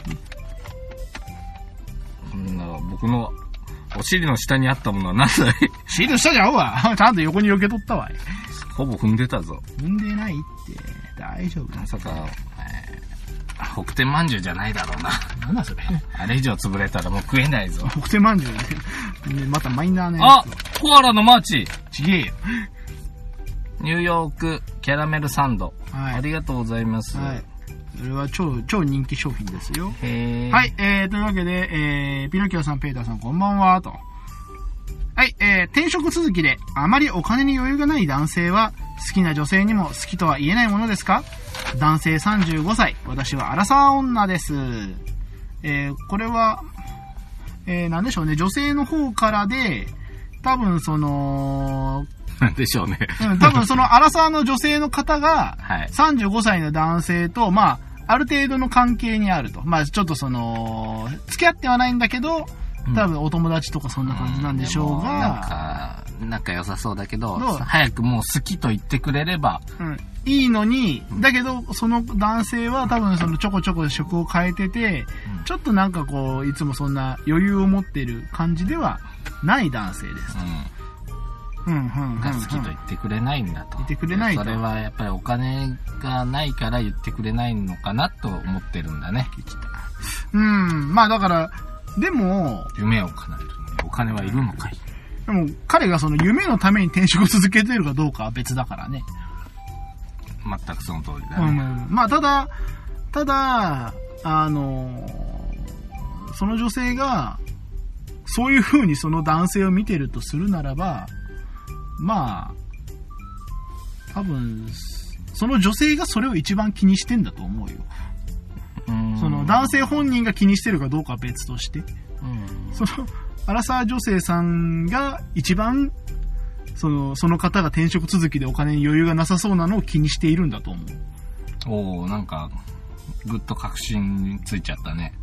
Speaker 1: れ。こんな、僕のお尻の下にあったものは何だい
Speaker 2: シールしたじゃんわ。 ちゃんと横に避けとったわい。
Speaker 1: ほぼ踏んでたぞ。
Speaker 2: 踏んでないって。大丈夫
Speaker 1: まさか、えー、北天饅頭じゃないだろうな。
Speaker 2: なんだそれ。
Speaker 1: あれ以上潰れたらもう食えないぞ。
Speaker 2: 北天まんじゅうね。 またマイナーね。
Speaker 1: あコアラのマーチ
Speaker 2: ちげえよ。
Speaker 1: ニューヨークキャラメルサンド。
Speaker 2: はい
Speaker 1: ありがとうございます。
Speaker 2: はい。それは超、超人気商品ですよ。
Speaker 1: へー
Speaker 2: はい、えー、というわけで、えー、ピノキオさん、ペーターさん、こんばんは、と。はい、えー、転職続きで、あまりお金に余裕がない男性は、好きな女性にも好きとは言えないものですか男性35歳、私はアラサー女です。えー、これは、えー、なんでしょうね、女性の方からで、多分その、
Speaker 1: なんでしょうね。
Speaker 2: うん、 多分そのアラサーの女性の方が、
Speaker 1: はい。
Speaker 2: 35歳の男性と、まあ、ある程度の関係にあると。まあ、ちょっとその、付き合ってはないんだけど、多分お友達とかそんな感じなんでしょうが、
Speaker 1: でもなんか、仲良さそうだけど、
Speaker 2: どう
Speaker 1: 早くもう好きと言ってくれれば、
Speaker 2: うんいいのに、だけど、その男性は多分そのちょこちょこ職を変えてて、
Speaker 1: うん
Speaker 2: ちょっとなんかこう、いつもそんな余裕を持っている感じではない男性です。
Speaker 1: う
Speaker 2: うん、うん、うんうん
Speaker 1: ん、が好きと言ってくれないんだと。
Speaker 2: 言ってくれないと
Speaker 1: それはやっぱりお金がないから言ってくれないのかなと思ってるんだね。
Speaker 2: うん、まあだから、でも、
Speaker 1: 夢を叶えるのにお金はいるのかい。
Speaker 2: でも彼がその夢のために転職を続けてるかどうかは別だからね。
Speaker 1: 全くその通りだ
Speaker 2: う
Speaker 1: ね。
Speaker 2: ん、まあただただあのーその女性がそういう風にその男性を見てるとするならばまあ多分その女性がそれを一番気にしてんだと思うよ
Speaker 1: うん
Speaker 2: その男性本人が気にしてるかどうかは別として
Speaker 1: うん
Speaker 2: そのアラサー女性さんが一番そのその方が転職続きでお金に余裕がなさそうなのを気にしているんだと思う
Speaker 1: おおなんか、ぐっと確信についちゃったね。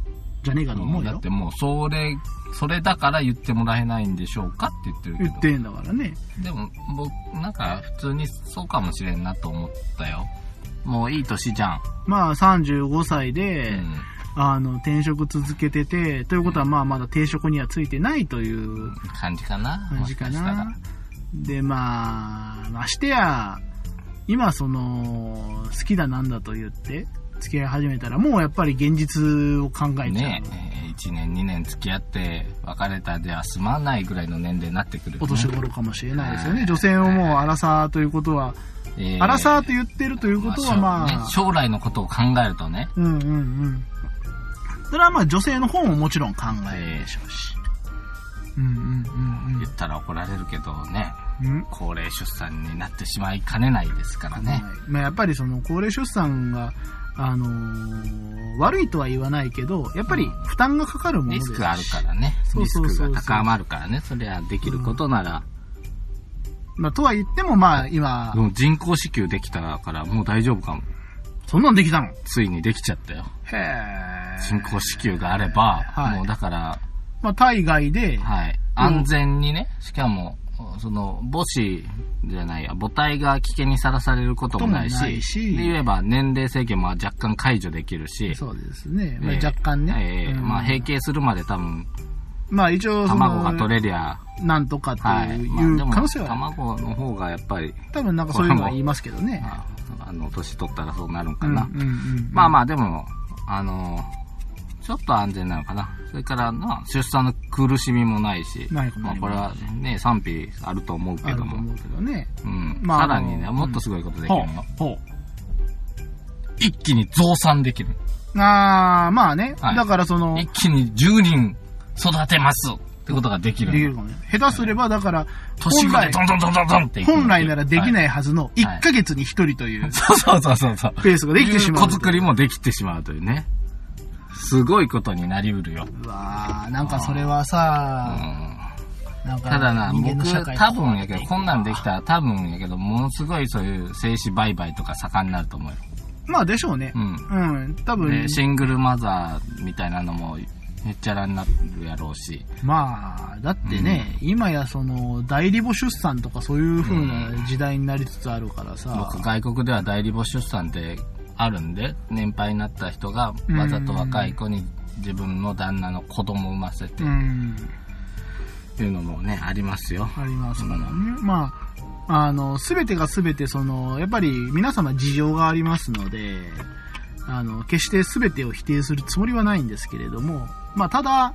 Speaker 2: じゃねえかと思う
Speaker 1: だ
Speaker 2: よ
Speaker 1: ってもう、それ、それだから言ってもらえないんでしょうかって言ってるけど。
Speaker 2: 言ってんだからね
Speaker 1: でも、僕、なんか、普通にそうかもしれんなと思ったよ。もういい年じゃん。
Speaker 2: まあ35歳で、
Speaker 1: うん
Speaker 2: あの転職続けててということはまあまだ定職にはついてないという
Speaker 1: 感じかな。
Speaker 2: 感じか
Speaker 1: もししたら
Speaker 2: な。でまあましてや今その好きだなんだと言って付き合い始めたらもうやっぱり現実を考えちゃう、
Speaker 1: ねえ、1年、2年付き合って、別れたでは済まないぐらいの年齢になってくる、ね。
Speaker 2: お年頃かもしれないですよ
Speaker 1: は
Speaker 2: ね
Speaker 1: い
Speaker 2: 女性をもうアラサーということは、
Speaker 1: えー
Speaker 2: アラサーと言ってるということはまあ、
Speaker 1: ね将来のことを考えるとね。
Speaker 2: うんうんうん。それはまあ女性の方ももちろん考えるでしょうし。うんうん
Speaker 1: 言ったら怒られるけどね、
Speaker 2: うんうん。うん
Speaker 1: 高齢出産になってしまいかねないですからね。
Speaker 2: まあやっぱりその高齢出産が、あのー悪いとは言わないけど、やっぱり負担がかかるもの
Speaker 1: リ
Speaker 2: です
Speaker 1: ス
Speaker 2: し
Speaker 1: クあるからね。
Speaker 2: そう
Speaker 1: リ
Speaker 2: そ
Speaker 1: ス
Speaker 2: うそうそう
Speaker 1: クが高まるからね。それはできることなら。
Speaker 2: まあとは言ってもまあ今
Speaker 1: で、も人工支給できたからもう大丈夫かも。
Speaker 2: そんなんできたのへ
Speaker 1: ついにできちゃったよ。
Speaker 2: え。
Speaker 1: 人工支給があれば、
Speaker 2: はい
Speaker 1: もうだから、
Speaker 2: まあ体外で、
Speaker 1: はい。安全にね、しかも、その、母子じゃないや、母体が危険にさらされることもないし、
Speaker 2: こともないし
Speaker 1: で言えば年齢制限も若干解除できるし、
Speaker 2: そうですね。まあ
Speaker 1: えー
Speaker 2: 若干ね。
Speaker 1: えー
Speaker 2: うん
Speaker 1: まあ、閉経するまで多分、
Speaker 2: まあ一応そ
Speaker 1: 卵が
Speaker 2: の、
Speaker 1: 取れりゃ、
Speaker 2: なんとかって
Speaker 1: はい。
Speaker 2: いう,、
Speaker 1: まあでも
Speaker 2: 可能性はある。
Speaker 1: 卵の方がやっぱり、
Speaker 2: 多分なんかそういうのは言いますけどね。
Speaker 1: まあ、あの、年取ったらそうなるんかな。
Speaker 2: うんうんうん
Speaker 1: まあまあ、でも、あの、ちょっと安全なのかな。それから、まあ、出産の苦しみもないし、
Speaker 2: ないかも
Speaker 1: まあ、これはね、賛否あると思うけ
Speaker 2: あると
Speaker 1: ども、
Speaker 2: 思うけどね。
Speaker 1: うん。
Speaker 2: まあ
Speaker 1: さらにね、
Speaker 2: あの
Speaker 1: もっとすごいことできるの。
Speaker 2: ほ
Speaker 1: 一気に増産できる。
Speaker 2: う。あー、まあね。
Speaker 1: はい
Speaker 2: だからその、
Speaker 1: 一気に10人育てますってことができ
Speaker 2: できる
Speaker 1: る。
Speaker 2: かもね。下手すれば、だから、
Speaker 1: 年
Speaker 2: 本
Speaker 1: が
Speaker 2: 来
Speaker 1: ど、んどんどんどんどんっていく
Speaker 2: 本来ならでき
Speaker 1: は
Speaker 2: ないはずの1ヶ月に1人という
Speaker 1: そうそうそうそうそう。
Speaker 2: ペースができてしまう。
Speaker 1: 子作りもできてしまうというね。すごいことになりうるよ。
Speaker 2: うわー、なんかそれはさ、
Speaker 1: う
Speaker 3: なんか
Speaker 1: ただな、
Speaker 3: 人間の
Speaker 1: 僕
Speaker 3: 社会、
Speaker 1: 多分やけど、こんなんできたら多分やけど、ものすごいそういう精子売買とか盛んになると思うよ。
Speaker 2: まあでしょうね
Speaker 1: う。ん。
Speaker 2: うん、多分
Speaker 1: で、、シングルマザーみたいなのも、へっちゃらになるやろうし。
Speaker 2: まあ、だってね、今やその、代理母出産とかそういう風な時代になりつつあるからさ、
Speaker 1: 僕、外国では代理母出産ってあるんで、年配になった人がわざと若い子に自分の旦那の子供を産ませて
Speaker 2: う
Speaker 1: っ
Speaker 2: ん、
Speaker 1: ていうのもね、ありますよ。
Speaker 2: ありますからね。まあ、あの、すべてがすべて、その、やっぱり皆様事情がありますので、あの、決してすべてを否定するつもりはないんですけれども、まあ、ただ、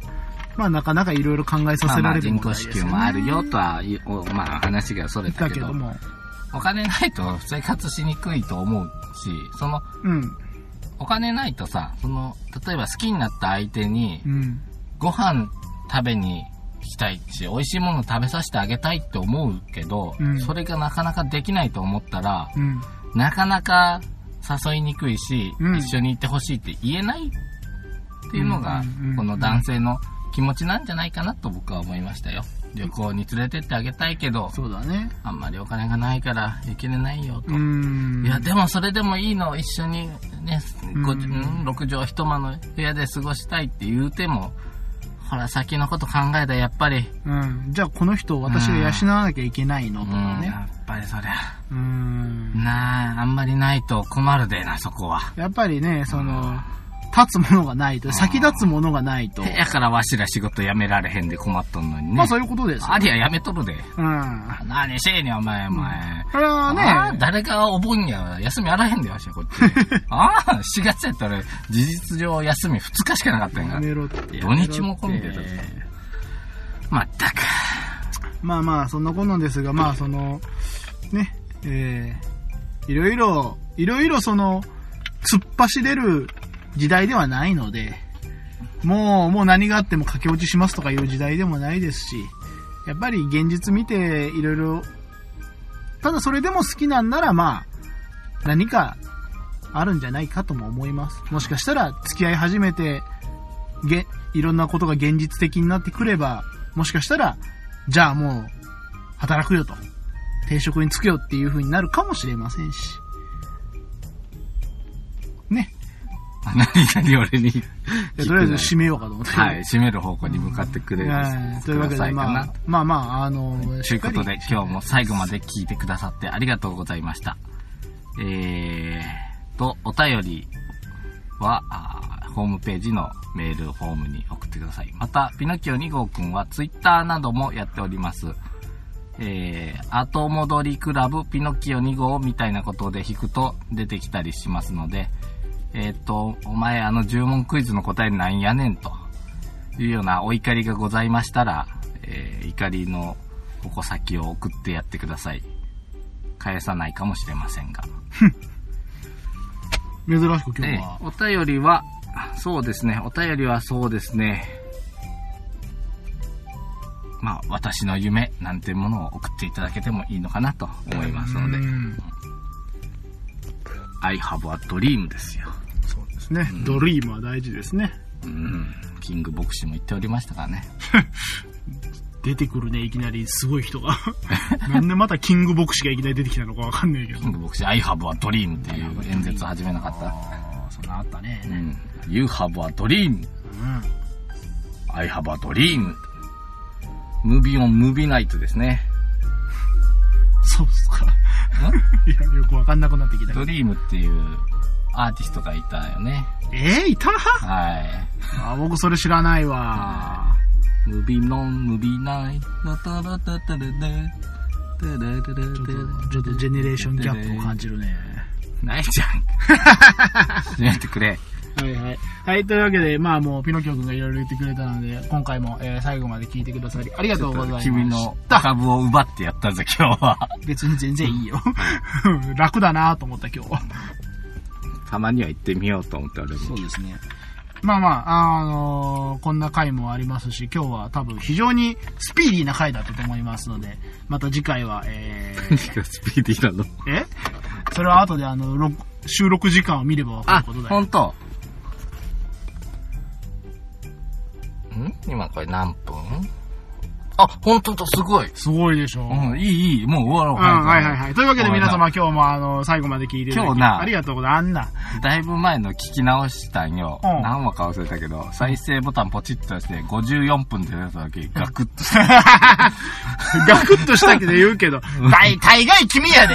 Speaker 2: まあ、なかなかいろいろ考えさ
Speaker 1: まあ
Speaker 2: せ
Speaker 1: ま
Speaker 2: ら
Speaker 1: あ
Speaker 2: れる
Speaker 1: 人
Speaker 2: 問題
Speaker 1: 工
Speaker 2: です
Speaker 1: 支
Speaker 2: よ
Speaker 1: 給
Speaker 2: ね
Speaker 1: もあるよとは言う、おまあ話がそれた
Speaker 2: だ
Speaker 1: け
Speaker 2: け
Speaker 1: ど
Speaker 2: ど、も、
Speaker 1: お金ないと生活しにくいと思うし、その、
Speaker 2: うん、
Speaker 1: お金ないとさ、その、例えば好きになった相手に
Speaker 2: う、ん、
Speaker 1: ご飯食べにしたいし、美味しいもの食べさせてあげたいって思うけど、
Speaker 2: うん
Speaker 1: それがなかなかできないと思ったら、
Speaker 2: うん。
Speaker 1: なかなか誘いにくいし、
Speaker 2: うん
Speaker 1: 一緒に行ってほしいって言えないっていうのが
Speaker 2: うんうんうんう、ん
Speaker 1: この男性の気持ちなんじゃないかなと僕は思いましたよ。旅行に連れてってあげたいけど、
Speaker 2: そうだね。
Speaker 1: あんまりお金がないから行けれないよと。
Speaker 2: うん。
Speaker 1: いや、でもそれでもいいの、一緒にね、ご
Speaker 2: うん
Speaker 1: 6畳一間の部屋で過ごしたいって言うても、ほら、先のこと考えたらやっぱり、
Speaker 2: うん、じゃあこの人を私が養わなきゃいけないの
Speaker 1: う
Speaker 2: とか
Speaker 1: ん、
Speaker 2: ね。
Speaker 1: やっぱりそりゃ、
Speaker 2: うん。
Speaker 1: なあ、あんまりないと困るでな、そこは。
Speaker 2: やっぱりね、その、立つものがないと、先立つものがないと。
Speaker 1: やからわしら仕事辞められへんで困っとんのにね。
Speaker 2: まあそういうことですよ。
Speaker 1: ありゃ辞めとるで。
Speaker 2: うん。
Speaker 1: 何せえねん、お前、お前。
Speaker 2: これは
Speaker 1: ああ
Speaker 2: ね、
Speaker 1: 誰かお盆や休みあらへんでわしはこ っち。ああ、4月やったら事実上休み2日しかなかったんやから
Speaker 2: や。めろって。
Speaker 1: 土日も混んでたぞまったく。
Speaker 2: まあまあ、そんなこんなんですが、まあその、ね、えー、いろいろ、いろいろその、突っ走れる時代ではないので、もう、もう何があっても駆け落ちしますとかいう時代でもないですし、やっぱり現実見ていろいろ、ただそれでも好きなんならまあ、何かあるんじゃないかとも思います。もしかしたら付き合い始めて、げ、いろんなことが現実的になってくれば、もしかしたら、じゃあもう、働くよと。定職に就くよっていう風になるかもしれませんし。ね。
Speaker 1: 何々俺に聞く
Speaker 2: いや
Speaker 1: な。
Speaker 2: とりあえず締めようかと思って。
Speaker 1: はい、締める方向に向かってくれる
Speaker 2: はい。とい
Speaker 1: く
Speaker 2: うわ
Speaker 1: だ
Speaker 2: け
Speaker 1: さ
Speaker 2: で、
Speaker 1: いか
Speaker 2: まあ
Speaker 1: な。、
Speaker 2: まあまあ、あの、
Speaker 1: ということで
Speaker 2: しっか、り
Speaker 1: 今日も最後まで聞いてくださってありがとうございました。えーと、お便りは、あーホームページのメールフォームに送ってください。また、ピノキオ2号くんはツイッターなどもやっております。えー、後戻りクラブピノキオ2号みたいなことで弾くと出てきたりしますので、えっ、と、お前あの10問クイズの答えなんやねんというようなお怒りがございましたら、えー怒りの矛先を送ってやってください。返さないかもしれませんが。
Speaker 2: 珍しく今日
Speaker 1: え
Speaker 2: は。
Speaker 1: ーお便りは、あそうですね、お便りはそうですね、まあ、私の夢なんてものを送っていただけてもいいのかなと思いますので、
Speaker 2: うん。
Speaker 1: I have a dream ですよ。
Speaker 2: そうですね。ドリームは大事ですね。
Speaker 1: うん、キング牧師も言っておりましたからね。
Speaker 2: 出てくるね、いきなりすごい 人が。なんでまたキング牧師がいきなり出てきたのかわかんないけど
Speaker 1: キ。ング牧師、I have a dream っていう演説を始めなかった。
Speaker 2: ああ、そんなあった
Speaker 1: う
Speaker 2: ね。
Speaker 1: ん、You have a dream!
Speaker 2: うん。
Speaker 1: I have a dream. ムービーオンムービーナイトですね。
Speaker 2: そうっすか。 いや、よくわかんなくなってきたけ
Speaker 1: ド
Speaker 2: ど。
Speaker 1: リームっていうアーティストがいたよね。
Speaker 2: えー、いた
Speaker 1: は
Speaker 2: あ、僕それ知らないわ。
Speaker 1: い。ムービーノン、ムービーナイト。タラタタラレタラタラ
Speaker 2: ちょっ
Speaker 1: ラ
Speaker 2: と、ちょっとジェネレーションギャップを感じるね。
Speaker 1: ないじゃん。閉めてくれ。
Speaker 2: はいはい。はい、というわけで、まあもう、ピノキオ君がいろいろ言ってくれたので、今回も、えー最後まで聞いてくださり、ありがとうございました。
Speaker 1: 君の株を奪ってやったぜ、今日は。
Speaker 2: 別に全然いいよ。 楽だなと思った今日は。
Speaker 1: たまには行ってみようと思って俺 も。
Speaker 2: うですね。まあまあ、あのーこんな回もありますし、今日は多分非常にスピーディーな回だったと思いますので、また次回は、え ー
Speaker 1: 何がスピーディーなの
Speaker 2: えそれは後であの、録収録時間を見ればわか
Speaker 1: あ
Speaker 2: ること、だよ。
Speaker 1: 本当。ん今これ何分あ、本当だ、すごい。
Speaker 2: すごいでしょ。う
Speaker 1: うん、いい、いい、もう終わろう。
Speaker 2: うん、はいはいはい。というわけで
Speaker 1: ごめん
Speaker 2: 皆
Speaker 1: な
Speaker 2: 様今日もあの、最後まで聞いていただ
Speaker 1: 今
Speaker 2: き
Speaker 1: 日な
Speaker 2: ありがとうございます。あ んな。
Speaker 1: だいぶ前の聞き直したんよ。
Speaker 2: うん
Speaker 1: 何話か忘れたけど、再生ボタンポチッとして、54分って出た時、ガクッとした。
Speaker 2: ガクッとしたけど言うけど、大、大概君やで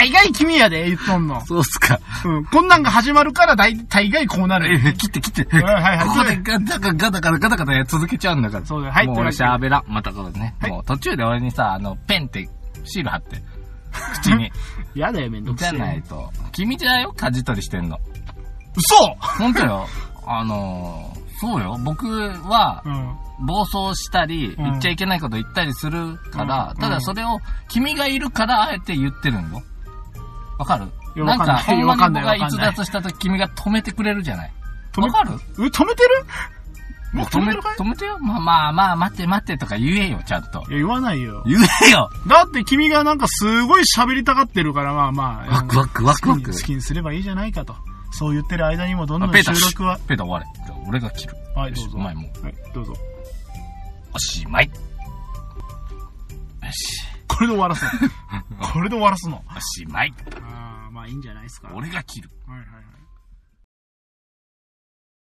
Speaker 2: 大概君やで言っとんの。
Speaker 1: そうっすか。
Speaker 2: うん、こんなんが始まるから大、大概こうなる。
Speaker 1: え、切って切って。
Speaker 2: んはいはい
Speaker 1: ここでガタガタガタガタガタガタ続けちゃうんだから。
Speaker 2: そうだよはい
Speaker 1: もう
Speaker 2: という
Speaker 1: 俺
Speaker 2: わけで
Speaker 1: 喋らん。またこうね。
Speaker 2: はい
Speaker 1: もう途中で俺にさ、あの、ペンってシール貼って。口 に。
Speaker 2: やだよ、めんどく
Speaker 1: じ
Speaker 2: せ
Speaker 1: ゃ
Speaker 2: え。
Speaker 1: ないと。君じゃよ、舵取りしてんの。
Speaker 2: 嘘
Speaker 1: ほんと よ。あのー、そうよ。僕は
Speaker 2: う、ん。
Speaker 1: 暴走したり、
Speaker 2: うん
Speaker 1: 言っちゃいけないこと言ったりするから、
Speaker 2: うん
Speaker 1: ただそれを君がいるからあえて言ってるの。わかる
Speaker 2: いや
Speaker 1: なんか、
Speaker 2: わか
Speaker 1: ほ
Speaker 2: んない
Speaker 1: んまに僕が
Speaker 2: わかんない
Speaker 1: 逸脱した時君が止めてくれるじゃない。
Speaker 2: 止め
Speaker 1: わかる
Speaker 2: う止めてるもう止
Speaker 1: 止
Speaker 2: め
Speaker 1: め、
Speaker 2: てるかい
Speaker 1: 止めてよ。まあまあまあ、待って待ってとか言えよ、ちゃんと。
Speaker 2: いや、言わないよ。
Speaker 1: 言えよ
Speaker 2: だって君がなんかすごい喋りたがってるから、まあまあ。
Speaker 1: ワクワクワクワク
Speaker 2: 好きに好きにすればいいじゃないかと。そう言ってる間にもどんど
Speaker 1: あ
Speaker 2: ん
Speaker 1: ペー
Speaker 2: 収
Speaker 1: ター、シ
Speaker 2: 録は
Speaker 1: ュ。ペーター終われ。じゃあ俺が切る。
Speaker 2: はい、
Speaker 1: よ
Speaker 2: ど
Speaker 1: し
Speaker 2: うぞ。
Speaker 1: お前もう
Speaker 2: はい、どうぞ。
Speaker 1: おしまい。よし、
Speaker 2: これで終わらす の。これで終わらすの。
Speaker 1: おしまい。
Speaker 2: ああ、まあいいんじゃないですか。はい
Speaker 1: 俺が切る。
Speaker 2: はいはい。